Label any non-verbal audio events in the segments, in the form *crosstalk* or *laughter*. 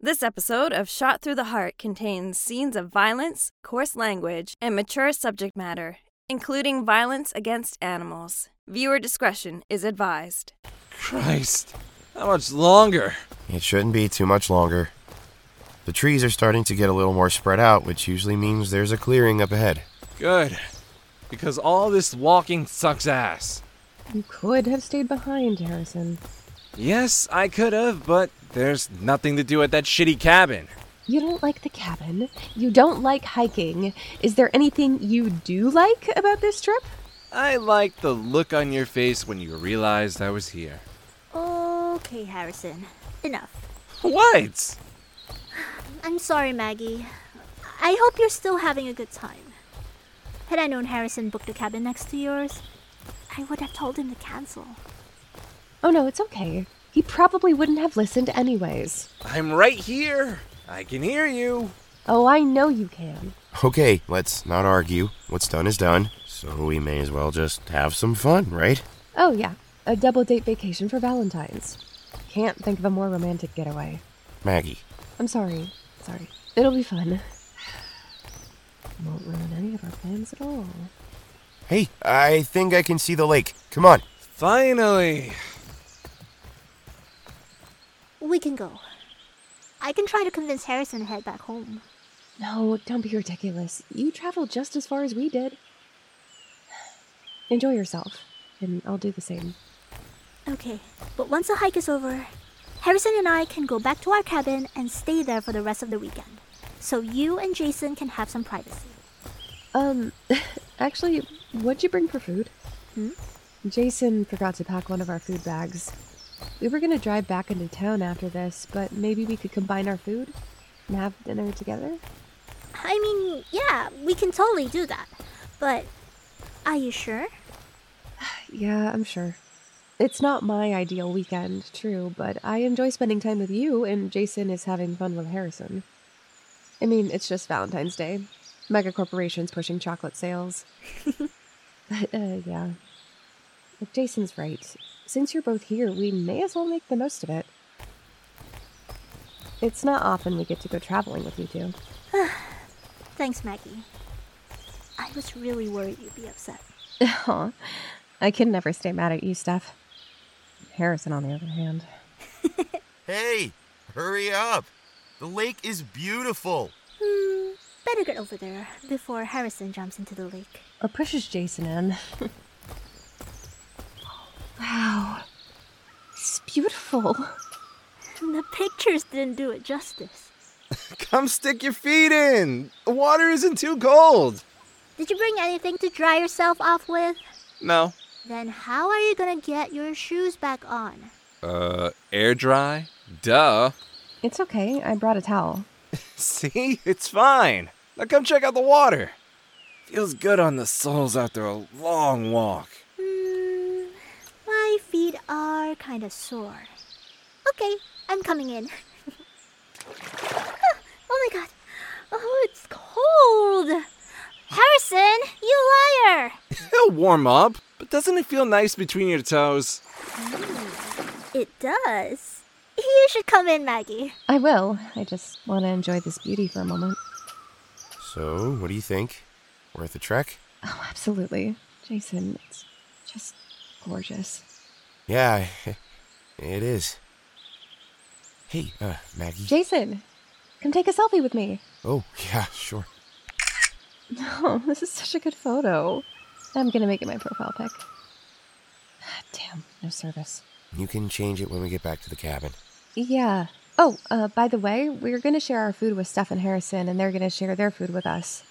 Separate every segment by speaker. Speaker 1: This episode of Shot Through the Heart contains scenes of violence, coarse language, and mature subject matter, including violence against animals. Viewer discretion is advised.
Speaker 2: Christ, how much longer?
Speaker 3: It shouldn't be too much longer. The trees are starting to get a little more spread out, which usually means there's a clearing up ahead.
Speaker 2: Good. Because all this walking sucks ass.
Speaker 4: You could have stayed behind, Harrison.
Speaker 2: Yes, I could have, but there's nothing to do at that shitty cabin.
Speaker 4: You don't like the cabin. You don't like hiking. Is there anything you do like about this trip?
Speaker 2: I like the look on your face when you realized I was here.
Speaker 5: Okay, Harrison. Enough.
Speaker 2: What?
Speaker 5: I'm sorry, Maggie. I hope you're still having a good time. Had I known Harrison booked a cabin next to yours, I would have told him to cancel.
Speaker 4: Oh no, it's okay. He probably wouldn't have listened anyways.
Speaker 2: I'm right here. I can hear you.
Speaker 4: Oh, I know you can.
Speaker 3: Okay, let's not argue. What's done is done, so we may as well just have some fun, right?
Speaker 4: Oh yeah, a double date vacation for Valentine's. Can't think of a more romantic getaway.
Speaker 3: Maggie,
Speaker 4: I'm sorry. Sorry. It'll be fun. Won't ruin any of our plans at all.
Speaker 3: hey, I think I can see the lake. Come on.
Speaker 2: Finally.
Speaker 5: We can go. I can try to convince Harrison to head back home.
Speaker 4: No, don't be ridiculous. You traveled just as far as we did. Enjoy yourself, and I'll do the same.
Speaker 5: Okay, but once the hike is over, Harrison and I can go back to our cabin and stay there for the rest of the weekend. So you and Jason can have some privacy.
Speaker 4: Um, *laughs* actually, what'd you bring for food?
Speaker 5: Hmm?
Speaker 4: Jason forgot to pack one of our food bags. We were gonna drive back into town after this, but maybe we could combine our food and have dinner together?
Speaker 5: I mean, yeah, we can totally do that. But are you sure?
Speaker 4: Yeah, I'm sure. It's not my ideal weekend, true, but I enjoy spending time with you, and Jason is having fun with Harrison. I mean, it's just Valentine's Day. Mega corporations pushing chocolate sales. *laughs* but, uh, yeah. But Jason's right. Since you're both here, we may as well make the most of it. It's not often we get to go traveling with you two. *laughs*
Speaker 5: Thanks, Maggie. I was really worried you'd be upset.
Speaker 4: Aw, I can never stay mad at you, Steph. Harrison, on the other hand.
Speaker 3: Hey, hurry up. The lake is beautiful.
Speaker 5: Hmm, better get over there before Harrison jumps into the lake.
Speaker 4: or pushes Jason in. *laughs* wow. It's beautiful.
Speaker 5: *laughs* The pictures didn't do it justice.
Speaker 2: Come stick your feet in. The water isn't too cold.
Speaker 5: Did you bring anything to dry yourself off with?
Speaker 2: No.
Speaker 5: Then how are you gonna get your shoes back on?
Speaker 2: Uh, air dry? Duh.
Speaker 4: It's okay. I brought a towel.
Speaker 2: See? It's fine. Now come check out the water. Feels good on the soles after a long walk.
Speaker 5: Hmm, my feet are kind of sore. Okay, I'm coming in. *laughs* Ah, oh my god. Oh, it's cold. Harrison, you liar!
Speaker 2: It'll warm up, but doesn't it feel nice between your toes?
Speaker 5: It does. You should come in, Maggie.
Speaker 4: I will. I just want to enjoy this beauty for a moment.
Speaker 3: So, what do you think? Worth a trek?
Speaker 4: Oh, absolutely. Jason, it's just gorgeous.
Speaker 3: Yeah, *laughs* it is. Hey, uh, Maggie.
Speaker 4: Jason, come take a selfie with me.
Speaker 3: oh, *laughs* yeah, sure.
Speaker 4: Oh, *laughs* this is such a good photo. I'm going to make it my profile pic. *sighs* Damn, no service.
Speaker 3: You can change it when we get back to the cabin.
Speaker 4: Yeah. Oh, uh, by the way, we're going to share our food with Steph and Harrison, and they're going to share their food with us.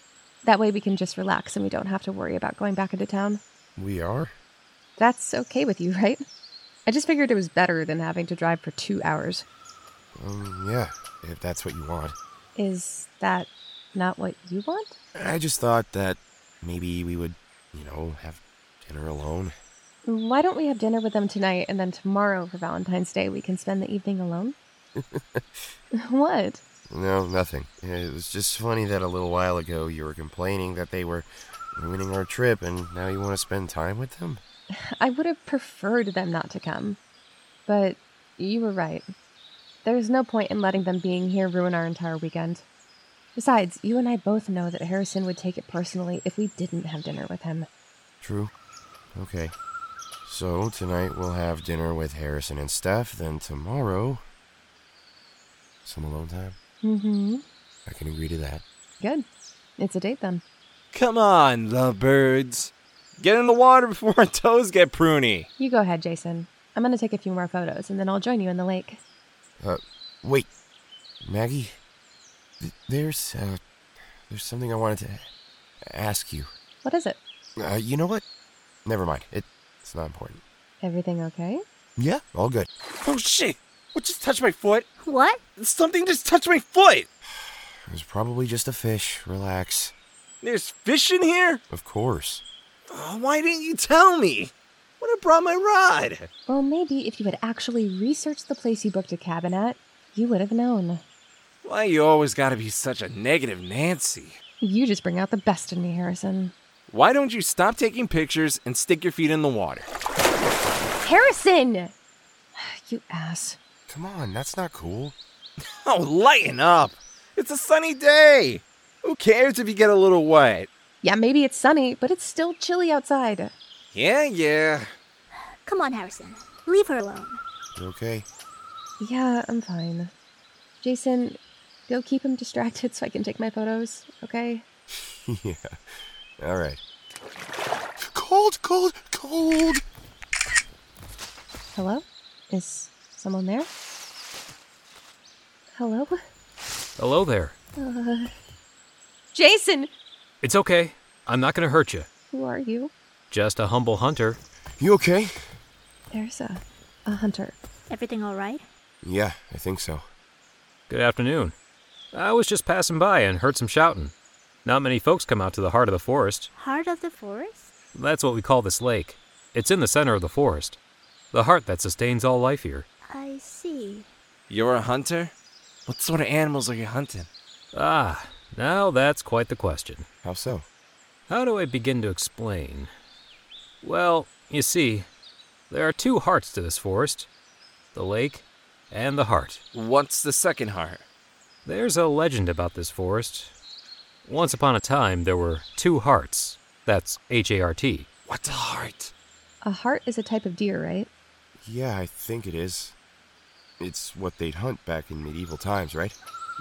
Speaker 4: That way we can just relax and we don't have to worry about going back into town.
Speaker 3: We are?
Speaker 4: That's okay with you, *laughs* right? I just figured it was better than having to drive for two hours.
Speaker 3: Um, yeah, if that's what you want.
Speaker 4: Is that not what you want?
Speaker 3: I just thought that maybe we would, you know, have dinner alone.
Speaker 4: Why don't we have dinner with them tonight and then tomorrow for Valentine's Day we can spend the evening alone? *laughs* what?
Speaker 3: No, nothing. It was just funny that a little while ago you were complaining that they were ruining our trip and now you want to spend time with them?
Speaker 4: I would have preferred them not to come. But you were right. There's no point in letting them being here ruin our entire weekend. Besides, you and I both know that Harrison would take it personally if we didn't have dinner with him.
Speaker 3: True. Okay. So tonight we'll have dinner with Harrison and Steph, then tomorrow. Some alone time?
Speaker 4: Mm hmm.
Speaker 3: I can agree to that.
Speaker 4: Good. It's a date then.
Speaker 2: Come on, lovebirds. Get in the water before our *laughs* toes get pruny.
Speaker 4: You go ahead, Jason. I'm going to take a few more photos and then I'll join you in the lake.
Speaker 3: Uh, wait. Maggie? Th- there's, uh, there's something I wanted to ask you.
Speaker 4: What is it?
Speaker 3: Uh, you know what? Never mind. It, it's not important.
Speaker 4: Everything okay?
Speaker 3: Yeah, all good.
Speaker 2: Oh shit! What just touched my foot?
Speaker 5: What?
Speaker 2: Something just touched my foot!
Speaker 3: It was probably just a fish. Relax.
Speaker 2: There's fish in here?
Speaker 3: Of course.
Speaker 2: Oh, why didn't you tell me? When I brought my rod!
Speaker 4: Well, maybe if you had actually researched the place you booked a cabin at, you would have known.
Speaker 2: Why you always gotta be such a negative Nancy?
Speaker 4: You just bring out the best in me, Harrison.
Speaker 2: Why don't you stop taking pictures and stick your feet in the water?
Speaker 4: Harrison! You ass.
Speaker 3: Come on, that's not cool.
Speaker 2: Oh, lighten up! It's a sunny day! Who cares if you get a little wet?
Speaker 4: Yeah, maybe it's sunny, but it's still chilly outside.
Speaker 2: Yeah, yeah.
Speaker 5: Come on, Harrison. Leave her alone.
Speaker 3: You okay?
Speaker 4: Yeah, I'm fine. Jason, go keep him distracted so I can take my photos, okay?
Speaker 3: yeah. All right. Cold, cold, cold.
Speaker 4: Hello? Is someone there? Hello? Uh,
Speaker 6: Hello there.
Speaker 4: Jason!
Speaker 6: It's okay. I'm not going to hurt you.
Speaker 4: Who are you?
Speaker 6: Just a humble hunter.
Speaker 3: You okay?
Speaker 4: There's a, a hunter.
Speaker 5: Everything all right?
Speaker 3: Yeah, I think so.
Speaker 6: Good afternoon. I was just passing by and heard some shouting. Not many folks come out to the heart of the forest.
Speaker 5: Heart of the forest?
Speaker 6: That's what we call this lake. It's in the center of the forest. The heart that sustains all life here.
Speaker 5: I see.
Speaker 2: You're a hunter? What sort of animals are you hunting?
Speaker 6: Ah, now that's quite the question.
Speaker 3: How so?
Speaker 6: How do I begin to explain? Well, you see, there are two hearts to this forest the lake and the heart.
Speaker 2: What's the second heart?
Speaker 6: There's a legend about this forest. Once upon a time, there were two hearts. That's H A R T.
Speaker 2: What's a heart?
Speaker 4: A hart is a type of deer, right?
Speaker 3: Yeah, I think it is. It's what they'd hunt back in medieval times, right?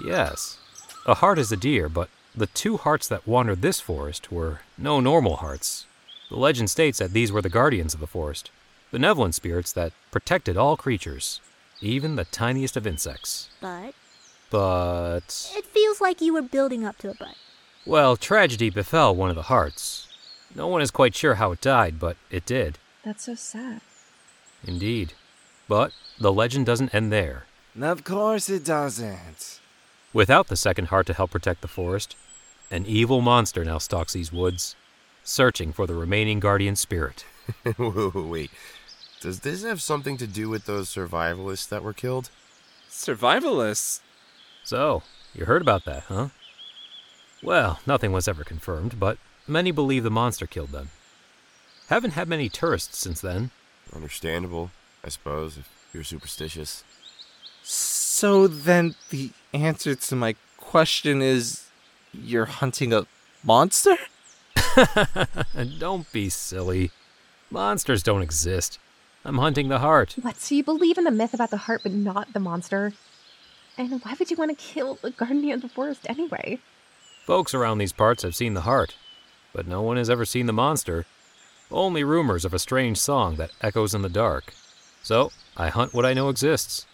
Speaker 6: Yes. A heart is a deer, but the two hearts that wandered this forest were no normal hearts. The legend states that these were the guardians of the forest, benevolent spirits that protected all creatures, even the tiniest of insects.
Speaker 5: But
Speaker 6: But.
Speaker 5: it feels like you were building up to a but.
Speaker 6: Well, tragedy befell one of the hearts. No one is quite sure how it died, but it did,
Speaker 4: That's so sad.
Speaker 6: indeed. But the legend doesn't end there.
Speaker 2: Of course it doesn't.
Speaker 6: Without the second heart to help protect the forest, an evil monster now stalks these woods, searching for the remaining guardian spirit.
Speaker 3: *laughs* Whoa, Wait. Does this have something to do with those survivalists that were killed?
Speaker 2: Survivalists?
Speaker 6: So, you heard about that, huh? Well, nothing was ever confirmed, but many believe the monster killed them. Haven't had many tourists since then. *laughs*
Speaker 3: Understandable, I suppose, if you're superstitious.
Speaker 2: So then the answer to my question is you're hunting a monster?
Speaker 6: don't be silly. Monsters don't exist. I'm hunting the heart.
Speaker 4: What, so you believe in the myth about the heart but not the monster? And why would you want to kill the guardian of the forest anyway?
Speaker 6: Folks around these parts have seen the heart, but no one has ever seen the monster. Only rumors of a strange song that echoes in the dark. So, I hunt what I know exists,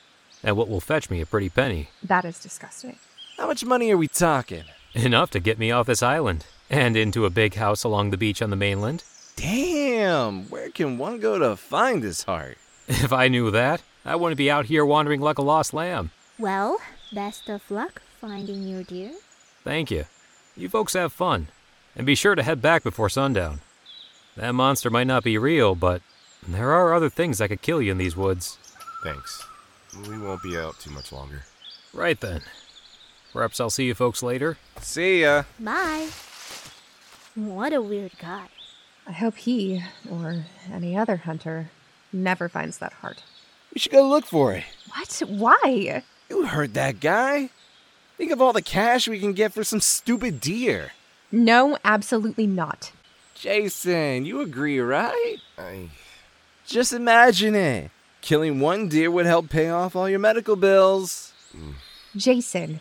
Speaker 6: and what will fetch me a pretty penny. *laughs*
Speaker 4: That is disgusting.
Speaker 2: How much money are we talking?
Speaker 6: Enough to get me off this island and into a big house along the beach on the mainland. *laughs*
Speaker 2: Damn, where can one go to find this heart?
Speaker 6: If I knew that, I wouldn't be out here wandering like a lost lamb.
Speaker 5: Well, best of luck finding your deer.
Speaker 6: Thank you. You folks have fun, and be sure to head back before sundown. That monster might not be real, but there are other things that could kill you in these woods.
Speaker 3: Thanks. We won't be out too much longer.
Speaker 6: Right then. Perhaps I'll see you folks later.
Speaker 2: See ya.
Speaker 5: Bye. What a weird guy.
Speaker 4: I hope he, or any other hunter, never finds that heart.
Speaker 2: We should go look for it.
Speaker 4: What? Why?
Speaker 2: You heard that guy. Think of all the cash we can get for some stupid deer.
Speaker 4: No, absolutely not.
Speaker 2: Jason, you agree, right?
Speaker 3: I.
Speaker 2: Just imagine it. Killing one deer would help pay off all your medical bills.
Speaker 4: Jason,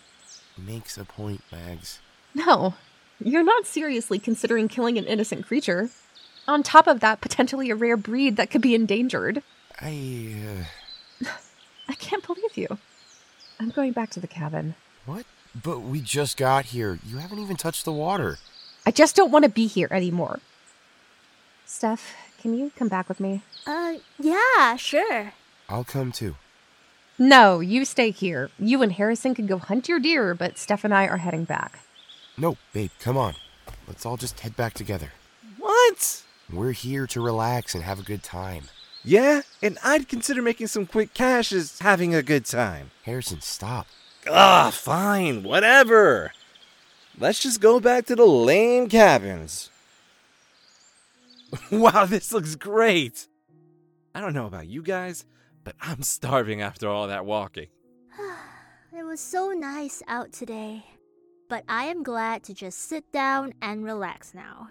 Speaker 3: Makes a point, Mags.
Speaker 4: no. You're not seriously considering killing an innocent creature. On top of that, potentially a rare breed that could be endangered.
Speaker 3: I. Uh,
Speaker 4: I can't believe you. I'm going back to the cabin.
Speaker 3: what? But we just got here. You haven't even touched the water.
Speaker 4: I just don't want to be here anymore. Steph, can you come back with me?
Speaker 5: Uh, yeah, sure.
Speaker 3: I'll come too.
Speaker 4: No, you stay here. You and Harrison can go hunt your deer, but Steph and I are heading back.
Speaker 3: No, babe, come on. Let's all just head back together.
Speaker 2: What?
Speaker 3: We're here to relax and have a good time.
Speaker 2: Yeah, and I'd consider making some quick cash as having a good time.
Speaker 3: Harrison, stop.
Speaker 2: Ah, fine, whatever. Let's just go back to the lame cabins. *laughs* wow, this looks great. I don't know about you guys, but I'm starving after all that walking.
Speaker 5: It was so nice out today. But I am glad to just sit down and relax now.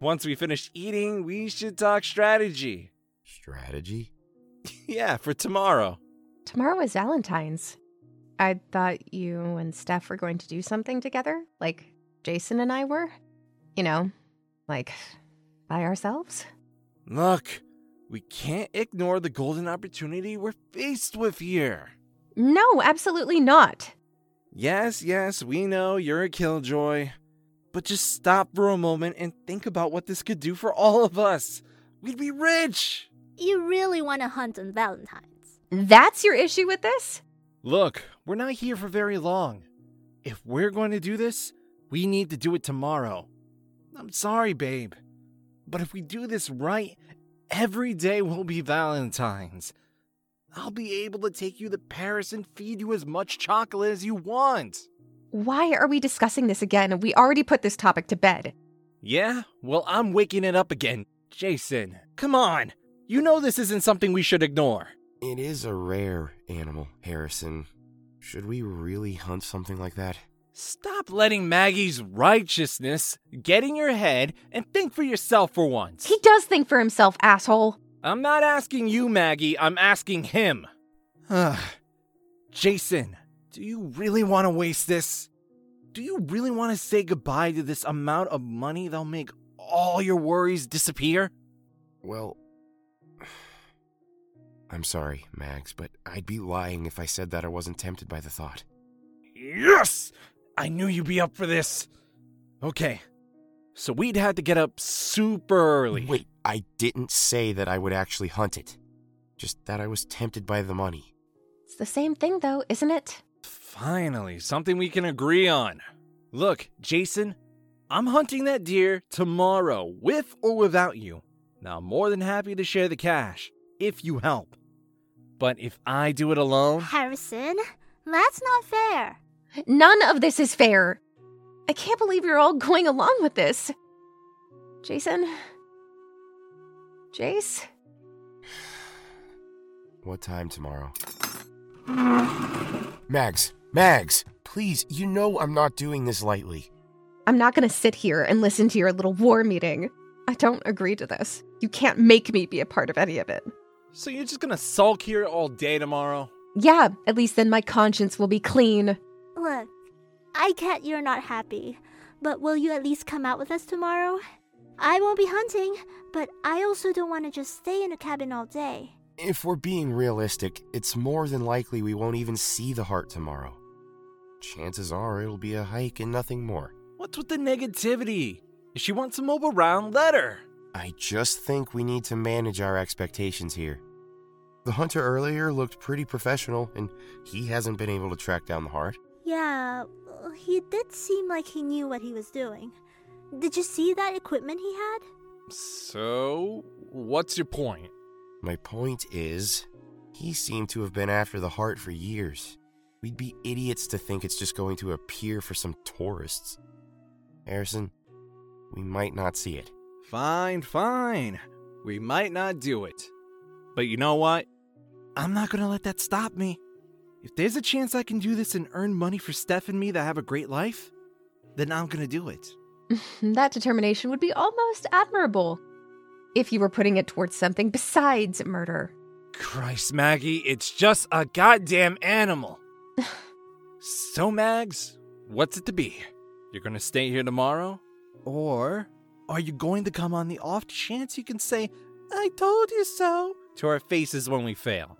Speaker 2: Once we finish eating, we should talk strategy. *laughs*
Speaker 3: Strategy?
Speaker 2: yeah, for tomorrow.
Speaker 4: Tomorrow is Valentine's. I thought you and Steph were going to do something together, like Jason and I were. You know, like by ourselves.
Speaker 2: Look, we can't ignore the golden opportunity we're faced with here.
Speaker 4: No, absolutely not.
Speaker 2: Yes, yes, we know you're a killjoy. But just stop for a moment and think about what this could do for all of us. We'd be rich!
Speaker 5: You really want to hunt on Valentine's.
Speaker 4: That's your issue with this?
Speaker 2: Look, we're not here for very long. If we're going to do this, we need to do it tomorrow. I'm sorry, babe. But if we do this right, every day will be Valentine's. I'll be able to take you to Paris and feed you as much chocolate as you want.
Speaker 4: Why are we discussing this again? We already put this topic to bed.
Speaker 2: Yeah? Well, I'm waking it up again. Jason, come on! You know this isn't something we should ignore.
Speaker 3: It is a rare animal, Harrison. Should we really hunt something like that?
Speaker 2: Stop letting Maggie's righteousness get in your head and think for yourself for
Speaker 4: *laughs*
Speaker 2: once.
Speaker 4: He does think for himself, asshole.
Speaker 2: I'm not asking you, Maggie, I'm asking him. Ugh. Jason, do you really want to waste this? Do you really want to say goodbye to this amount of money that'll make all your worries disappear?
Speaker 3: Well, *sighs* I'm sorry, Mags, but I'd be lying if I said that I wasn't tempted by the thought.
Speaker 2: Yes! I knew you'd be up for this. Okay. So we'd had to get up super early.
Speaker 3: Wait, I didn't say that I would actually hunt it. Just that I was tempted by the money.
Speaker 4: It's the same thing, though, isn't it?
Speaker 2: Finally, something we can agree on. Look, Jason, I'm hunting that deer tomorrow, with or without you. Now, I'm more than happy to share the cash, if you help. But if I do it alone,
Speaker 5: Harrison, that's not fair.
Speaker 4: None of this is fair. I can't believe you're all going along with this. Jason? Jace?
Speaker 3: What time tomorrow? Mags, Mags, please, you know I'm not doing this lightly.
Speaker 4: I'm not gonna sit here and listen to your little war meeting. I don't agree to this. You can't make me be a part of any of it.
Speaker 2: so you're just gonna sulk here all day tomorrow?
Speaker 4: Yeah, at least then my conscience will be clean.
Speaker 5: Look, I get you're not happy, but will you at least come out with us tomorrow? I won't be hunting, but I also don't want to just stay in a cabin all day.
Speaker 3: If we're being realistic, it's more than likely we won't even see the heart tomorrow. Chances are it'll be a hike and nothing more.
Speaker 2: What's with the negativity? If she wants to mope around, let her.
Speaker 3: I just think we need to manage our expectations here. The hunter earlier looked pretty professional, and he hasn't been able to track down the heart.
Speaker 5: Yeah, uh, he did seem like he knew what he was doing. Did you see that equipment he had?
Speaker 2: So, what's your point?
Speaker 3: My point is, he seemed to have been after the heart for years. We'd be idiots to think it's just going to appear for some tourists. Harrison, we might not see it.
Speaker 2: Fine, fine. We might not do it. But you know what? I'm not gonna let that stop me. If there's a chance I can do this and earn money for Steph and me that have a great life, then I'm gonna do it.
Speaker 4: that determination would be almost admirable if you were putting it towards something besides murder.
Speaker 2: Christ, Maggie, it's just a goddamn animal. so, Mags, what's it to be? You're gonna stay here tomorrow? Or are you going to come on the off chance you can say, I told you so, to our faces when we fail?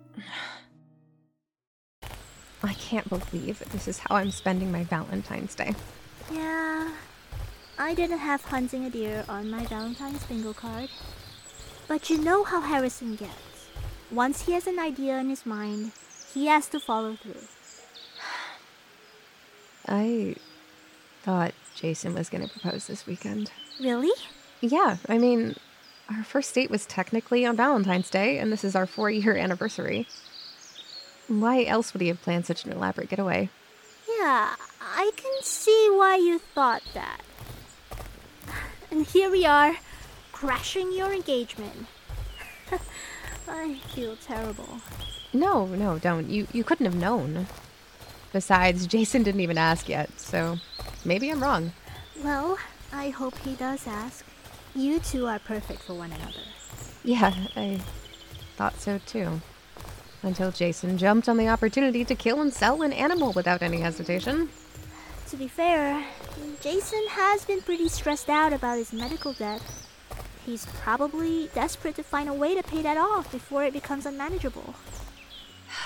Speaker 4: I can't believe this is how I'm spending my Valentine's Day.
Speaker 5: Yeah, I didn't have hunting a deer on my Valentine's bingo card. But you know how Harrison gets. Once he has an idea in his mind, he has to follow through.
Speaker 4: I thought Jason was going to propose this weekend.
Speaker 5: Really?
Speaker 4: Yeah, I mean, our first date was technically on Valentine's Day, and this is our four year anniversary. Why else would he have planned such an elaborate getaway?
Speaker 5: Yeah, I can see why you thought that. And here we are, crashing your engagement. *laughs* I feel terrible.
Speaker 4: No, no, don't. You, you couldn't have known. Besides, Jason didn't even ask yet, so maybe I'm wrong.
Speaker 5: Well, I hope he does ask. You two are perfect for one another.
Speaker 4: Yeah, I thought so too. Until Jason jumped on the opportunity to kill and sell an animal without any hesitation.
Speaker 5: To be fair, Jason has been pretty stressed out about his medical debt. He's probably desperate to find a way to pay that off before it becomes unmanageable.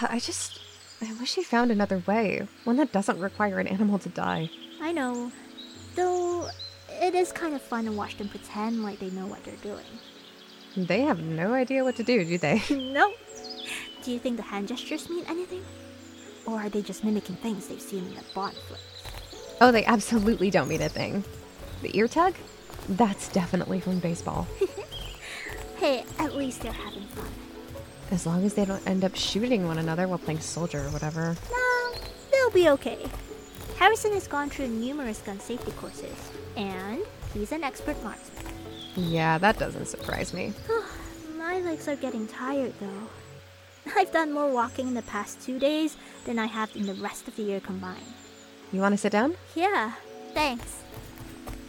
Speaker 4: I just. I wish he found another way, one that doesn't require an animal to die.
Speaker 5: I know, though it is kind of fun to watch them pretend like they know what they're doing. *laughs*
Speaker 4: They have no idea what to do, do they? *laughs*
Speaker 5: no. Do you think the hand gestures mean anything? Or are they just mimicking things they've seen in the Bond flicks?
Speaker 4: Oh, they absolutely don't mean a thing. The ear tug? That's definitely from baseball.
Speaker 5: Hey, at least they're having fun.
Speaker 4: As long as they don't end up shooting one another while playing soldier or whatever.
Speaker 5: No, they'll be okay. Harrison has gone through numerous gun safety courses, and he's an expert marksman. *sighs*
Speaker 4: Yeah, that doesn't surprise me.
Speaker 5: My legs are getting tired though. I've done more walking in the past two days than I have in the rest of the year combined.
Speaker 4: You want to sit down?
Speaker 5: Yeah, thanks.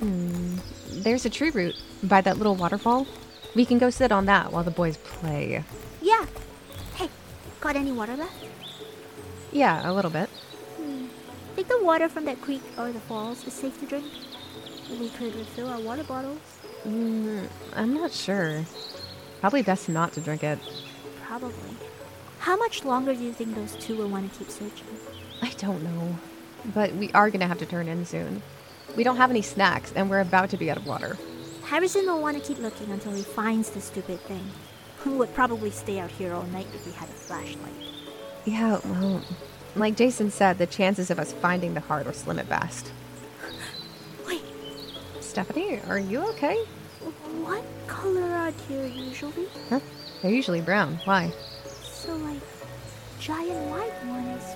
Speaker 4: There's a tree root by that little waterfall. We can go sit on that while the boys play.
Speaker 5: Yeah. Hey, got any water left?
Speaker 4: Yeah, a little bit.
Speaker 5: Think the water from that creek or the falls is safe to drink? We could refill our water bottles.
Speaker 4: I'm not sure. Probably best not to drink it.
Speaker 5: Probably. How much longer do you think those two will want to keep searching?
Speaker 4: I don't know. But we are going to have to turn in soon. We don't have any snacks, and we're about to be out of water.
Speaker 5: Harrison will want to keep looking until he finds the stupid thing. *laughs* Who would probably stay out here all night if he had a flashlight?
Speaker 4: Yeah, well, like Jason said, the chances of us finding the heart are slim at best.
Speaker 5: Wait,
Speaker 4: Stephanie, are you okay?
Speaker 5: what color are deer usually?
Speaker 4: Huh? They're usually brown. Why?
Speaker 5: So, like, giant white one is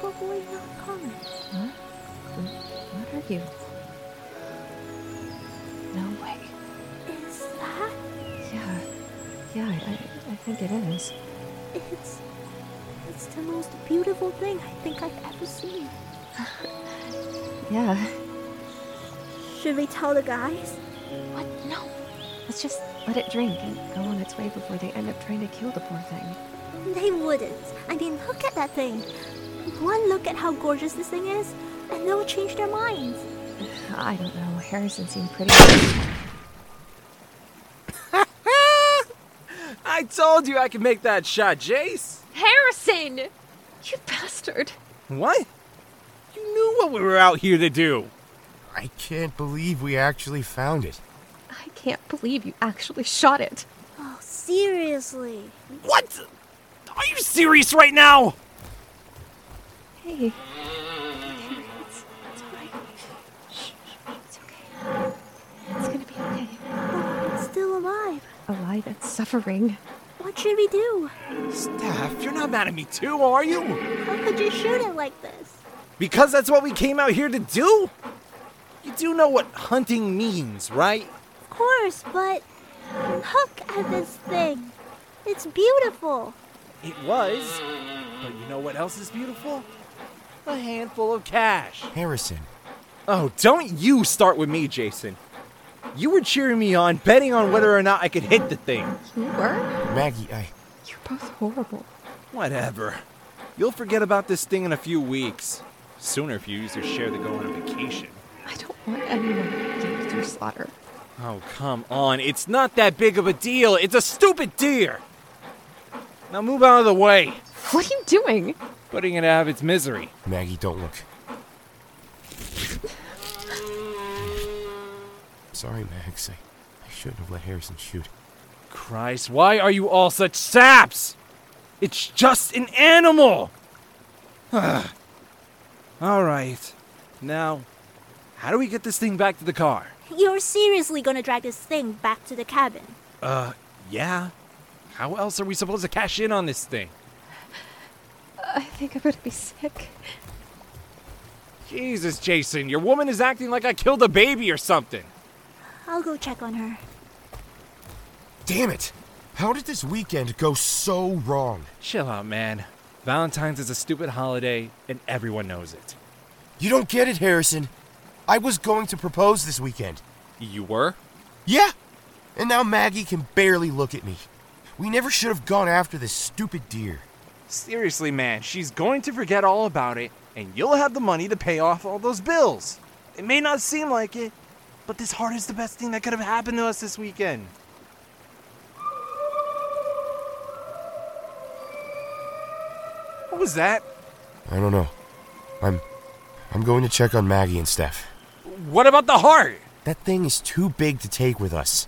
Speaker 5: probably not common.
Speaker 4: Huh? What are you? No way.
Speaker 5: Is that?
Speaker 4: Yeah. Yeah, I, I, I think it is.
Speaker 5: It's. It's the most beautiful thing I think I've ever seen.
Speaker 4: Yeah.
Speaker 5: Should we tell the guys?
Speaker 4: What? No. Let's just let it drink and go on its way before they end up trying to kill the poor thing.
Speaker 5: They wouldn't. I mean, look at that thing. One look at how gorgeous this thing is, and they'll change their minds.
Speaker 4: I don't know. Harrison seemed pretty.
Speaker 2: I told you I could make that shot, Jace!
Speaker 4: Harrison! You bastard!
Speaker 2: What? You knew what we were out here to do!
Speaker 3: I can't believe we actually found it.
Speaker 4: I can't believe you actually shot it.
Speaker 5: Oh, seriously.
Speaker 2: What? Are you serious right now?
Speaker 4: Hey. There, It's, it's alright. Shh, shh, it's okay. It's gonna be okay.
Speaker 5: But still alive.
Speaker 4: Alive and suffering.
Speaker 5: What should we do?
Speaker 2: Steph, you're not mad at me too, are you?
Speaker 5: How could you shoot it like this?
Speaker 2: Because that's what we came out here to do? You do know what hunting means, right?
Speaker 5: Of course, but look at this thing. It's beautiful.
Speaker 2: It was. But you know what else is beautiful? A handful of cash.
Speaker 3: Harrison,
Speaker 2: Oh, don't you start with me, Jason. You were cheering me on, betting on whether or not I could hit the thing.
Speaker 4: You were?
Speaker 3: Maggie, I.
Speaker 4: You're both horrible.
Speaker 2: Whatever. You'll forget about this thing in a few weeks. Sooner if you use your share to go on a vacation.
Speaker 4: I don't want anyone to go through slaughter.
Speaker 2: Oh, come on. It's not that big of a deal. It's a stupid deer. Now move out of the way.
Speaker 4: What are you doing?
Speaker 2: Putting it out of its misery.
Speaker 3: Maggie, don't look. Sorry, Max. I, I shouldn't have let Harrison shoot.
Speaker 2: Christ, why are you all such saps? It's just an animal. *sighs* all right. Now, how do we get this thing back to the car?
Speaker 5: You're seriously gonna drag this thing back to the cabin.
Speaker 2: Uh, yeah. How else are we supposed to cash in on this thing?
Speaker 4: I think I'm gonna be sick.
Speaker 2: Jesus, Jason, your woman is acting like I killed a baby or something.
Speaker 5: I'll go check on her.
Speaker 3: Damn it! How did this weekend go so wrong?
Speaker 2: Chill out, man. Valentine's is a stupid holiday, and everyone knows it.
Speaker 3: You don't get it, Harrison. I was going to propose this weekend.
Speaker 2: You were?
Speaker 3: Yeah! And now Maggie can barely look at me. We never should have gone after this stupid deer.
Speaker 2: Seriously, man, she's going to forget all about it, and you'll have the money to pay off all those bills. It may not seem like it, but this heart is the best thing that could have happened to us this weekend. What was that?
Speaker 3: I don't know. I'm. I'm going to check on Maggie and Steph.
Speaker 2: What about the heart?
Speaker 3: That thing is too big to take with us.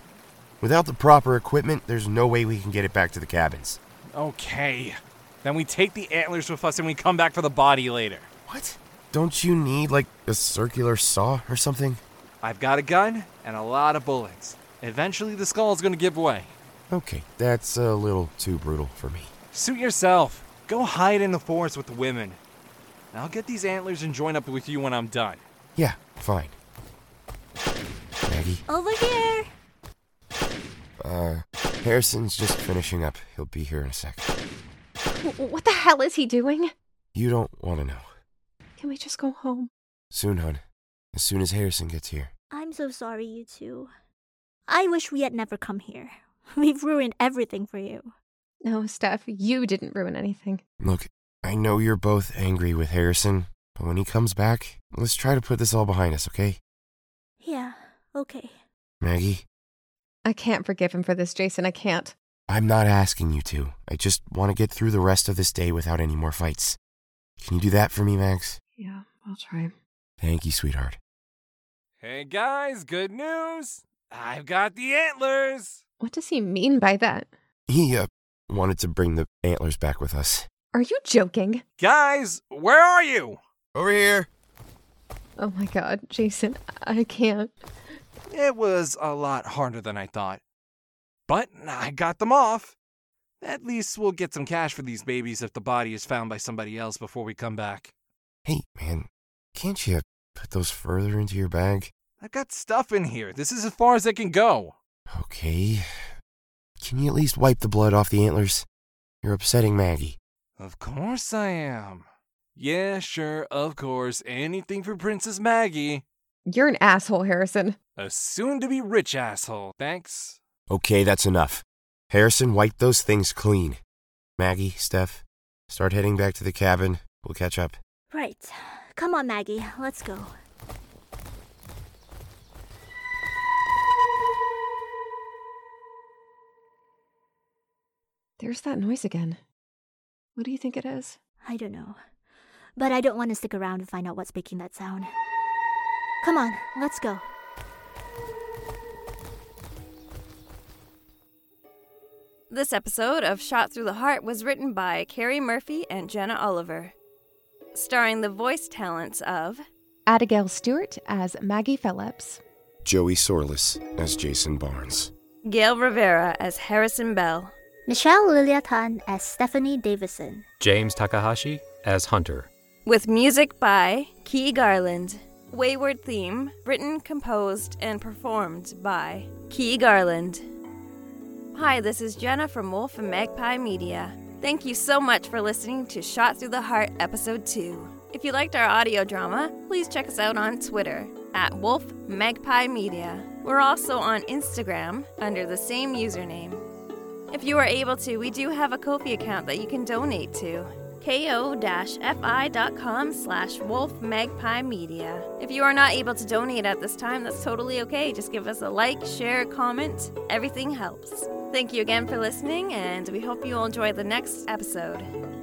Speaker 3: Without the proper equipment, there's no way we can get it back to the cabins.
Speaker 2: Okay. Then we take the antlers with us and we come back for the body later.
Speaker 3: What? Don't you need, like, a circular saw or something?
Speaker 2: I've got a gun and a lot of bullets. Eventually, the skull is going to give way.
Speaker 3: Okay, that's a little too brutal for me.
Speaker 2: Suit yourself. Go hide in the forest with the women. And I'll get these antlers and join up with you when I'm done.
Speaker 3: Yeah, fine. Maggie,
Speaker 5: Over here!
Speaker 3: uh, Harrison's just finishing up. He'll be here in a sec.
Speaker 4: W- What the hell is he doing?
Speaker 3: You don't want to know.
Speaker 4: Can we just go home?
Speaker 3: Soon, hon. As soon as Harrison gets here.
Speaker 5: I'm so sorry, you two. I wish we had never come here. *laughs* We've ruined everything for you.
Speaker 4: No, Steph, you didn't ruin anything.
Speaker 3: Look, I know you're both angry with Harrison, but when he comes back, let's try to put this all behind us, okay?
Speaker 5: Yeah, okay.
Speaker 3: Maggie,
Speaker 4: I can't forgive him for this, Jason. I can't.
Speaker 3: I'm not asking you to. I just want to get through the rest of this day without any more fights. Can you do that for me, Max?
Speaker 4: Yeah, I'll try.
Speaker 3: Thank you, sweetheart.
Speaker 2: Hey guys, good news! I've got the antlers!
Speaker 4: What does he mean by that?
Speaker 3: He, uh, wanted to bring the antlers back with us.
Speaker 4: Are you joking?
Speaker 2: Guys, where are you?
Speaker 3: Over here!
Speaker 4: Oh my god, Jason, I can't.
Speaker 2: It was a lot harder than I thought. But I got them off. At least we'll get some cash for these babies if the body is found by somebody else before we come back.
Speaker 3: Hey, man, can't you put those further into your bag?
Speaker 2: I've got stuff in here. This is as far as I can go.
Speaker 3: Okay. Can you at least wipe the blood off the antlers? You're upsetting Maggie.
Speaker 2: Of course I am. Yeah, sure, of course. Anything for Princess Maggie.
Speaker 4: You're an asshole, Harrison.
Speaker 2: A soon to be rich asshole. Thanks.
Speaker 3: Okay, that's enough. Harrison, wipe those things clean. Maggie, Steph, start heading back to the cabin. We'll catch up.
Speaker 5: Right. Come on, Maggie, let's go.
Speaker 4: There's that noise again. What do you think it is?
Speaker 5: I don't know. But I don't want to stick around and find out what's making that sound. Come on, let's go.
Speaker 1: This episode of Shot Through the Heart was written by Carrie Murphy and Jenna Oliver, starring the voice talents of
Speaker 4: Abigail Stewart as Maggie Phillips.
Speaker 3: Joey Sorless as Jason Barnes.
Speaker 1: Gail Rivera as Harrison Bell,
Speaker 5: Michelle Lilia Tan as Stephanie Davison.
Speaker 6: James Takahashi as Hunter.
Speaker 1: with music by Key Garland. Wayward theme written, composed, and performed by Key Garland. Hi, this is Jenna from Wolf and Magpie Media. Thank you so much for listening to Shot Through the Heart Episode 2. If you liked our audio drama, please check us out on Twitter at Wolf Magpie Media. We're also on Instagram under the same username. If you are able to, we do have a Ko-fi account that you can donate to. ko-fi.com slash wolf magpie media. If you are not able to donate at this time, that's totally okay. Just give us a like, share, comment. Everything helps. Thank you again for listening, and we hope you'll enjoy the next episode.